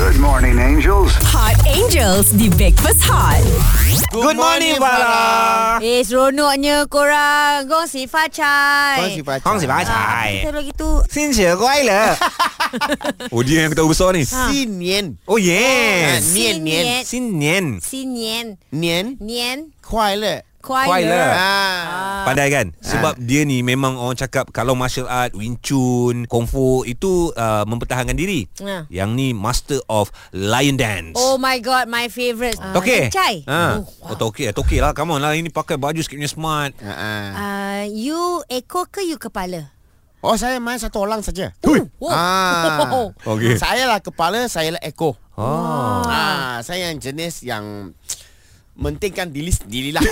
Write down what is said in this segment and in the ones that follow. Good morning, angels. Hot Angels di Breakfast Hot. Good morning, Farah. Eh seronoknya korang Gong si Facai Hong si Kita bacai. kalau gitu Xin chào quay le. Oh dia yang ketawa besar ni Sinien. Oh Eh, Ah, yes. Nien, nien. Xin nian. Si Nien Nien. Nien Kuai le. Kuai le. Ya. le Ah. Pandai kan Sebab dia ni memang orang cakap Kalau martial art Wing Chun Kung Fu Itu uh, mempertahankan diri Ya. Yang ni master of lion dance Oh my god my favourite Ah, Tokey Facai ha. Oh, Oh tokey lah Tokey lah Come on lah Ini pakai baju sikit punya smart Ah. Ah, You ekor ke you kepala Oh. Oh saya main satu orang saja. Hui Wow. Ah. Oh. Okey. Saya lah kepala, saya lah ekor. oh. Ah, saya yang jenis yang mentingkan diri sendiri lah.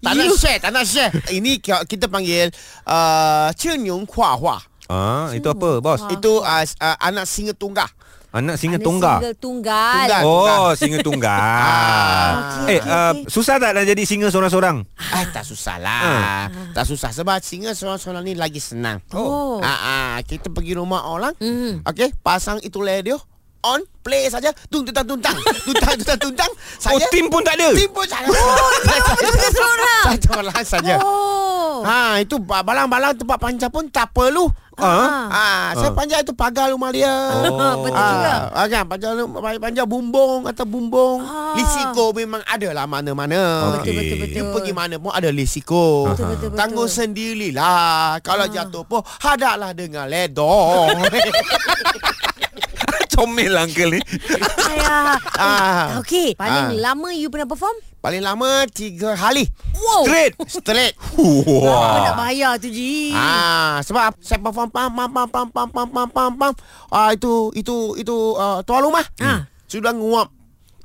tak nak share, tak nak share. Ini ki- kita panggil uh, Chen Yong Kua Hua. Ah, Itu apa bos Itu Itu uh, s- uh, anak singa tunggah. Anak singa Ada tunggal Single tunggal Tunggal. Oh singa tunggal Okey, Eh okey, uh, okey. Susah tak nak jadi singa seorang-seorang Ah, tak susah Ah. lah. Tak susah sebab singa seorang-seorang ni lagi senang. Oh. Ah, ah, kita pergi rumah orang. Mm. Okey, pasang itu radio on play saja tung tuntang tuntang tuntang tuntang tuntang Oh saja. tim pun tak ada tim pun saja. lah, Oh, seorang. Satu orang saja. Oh Ha itu ba- balang-balang tempat panjang pun tak perlu. Ah. Ah, saya panjang itu pagar rumah dia. Oh. Betul juga. Ah, kan panjang panjang bumbung atau bumbung. Ah. Risiko memang ada lah mana-mana. Betul Okey. betul betul You pergi mana pun ada risiko. Betul, betul, Ah. betul. Tanggung sendirilah. Kalau jatuh pun hadaplah dengan ledor. Comel lah uncle ni Ayah ah, Ya. Okay Paling Ah. lama you pernah perform paling lama tiga hari. Wow Straight Straight. Apa Wah nak bayar tu Ji Ah, sebab saya perform pam pam pam pam pam pam pam pam pam. Ah itu itu itu uh, tuan rumah. Ah. Sudah nguap.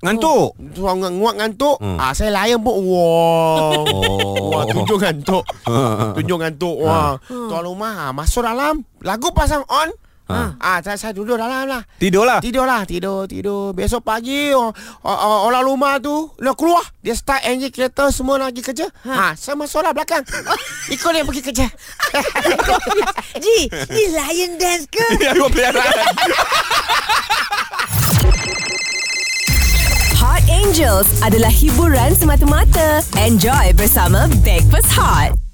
Ngantuk Tuan nguap ngantuk. Hmm. Ah saya layan pun wow. Oh. Wah, tunjuk ngantuk. Ah. tunjuk ngantuk. Wah. Tuan rumah ah, masuk dalam. Lagu pasang on. Ha. Ah, saya, saya duduk dalam lah. Tidurlah Tidurlah, tidur, tidur. Besok pagi or, or, or, orang rumah tu dia keluar. Dia start engine kereta semua nak pergi kerja. Ha, ha saya masuk lah belakang. Ikut dia pergi kerja. Ji Ni lion dance ke Aku peliharaan Hot Angels adalah hiburan semata-mata. Enjoy bersama Breakfast Hot.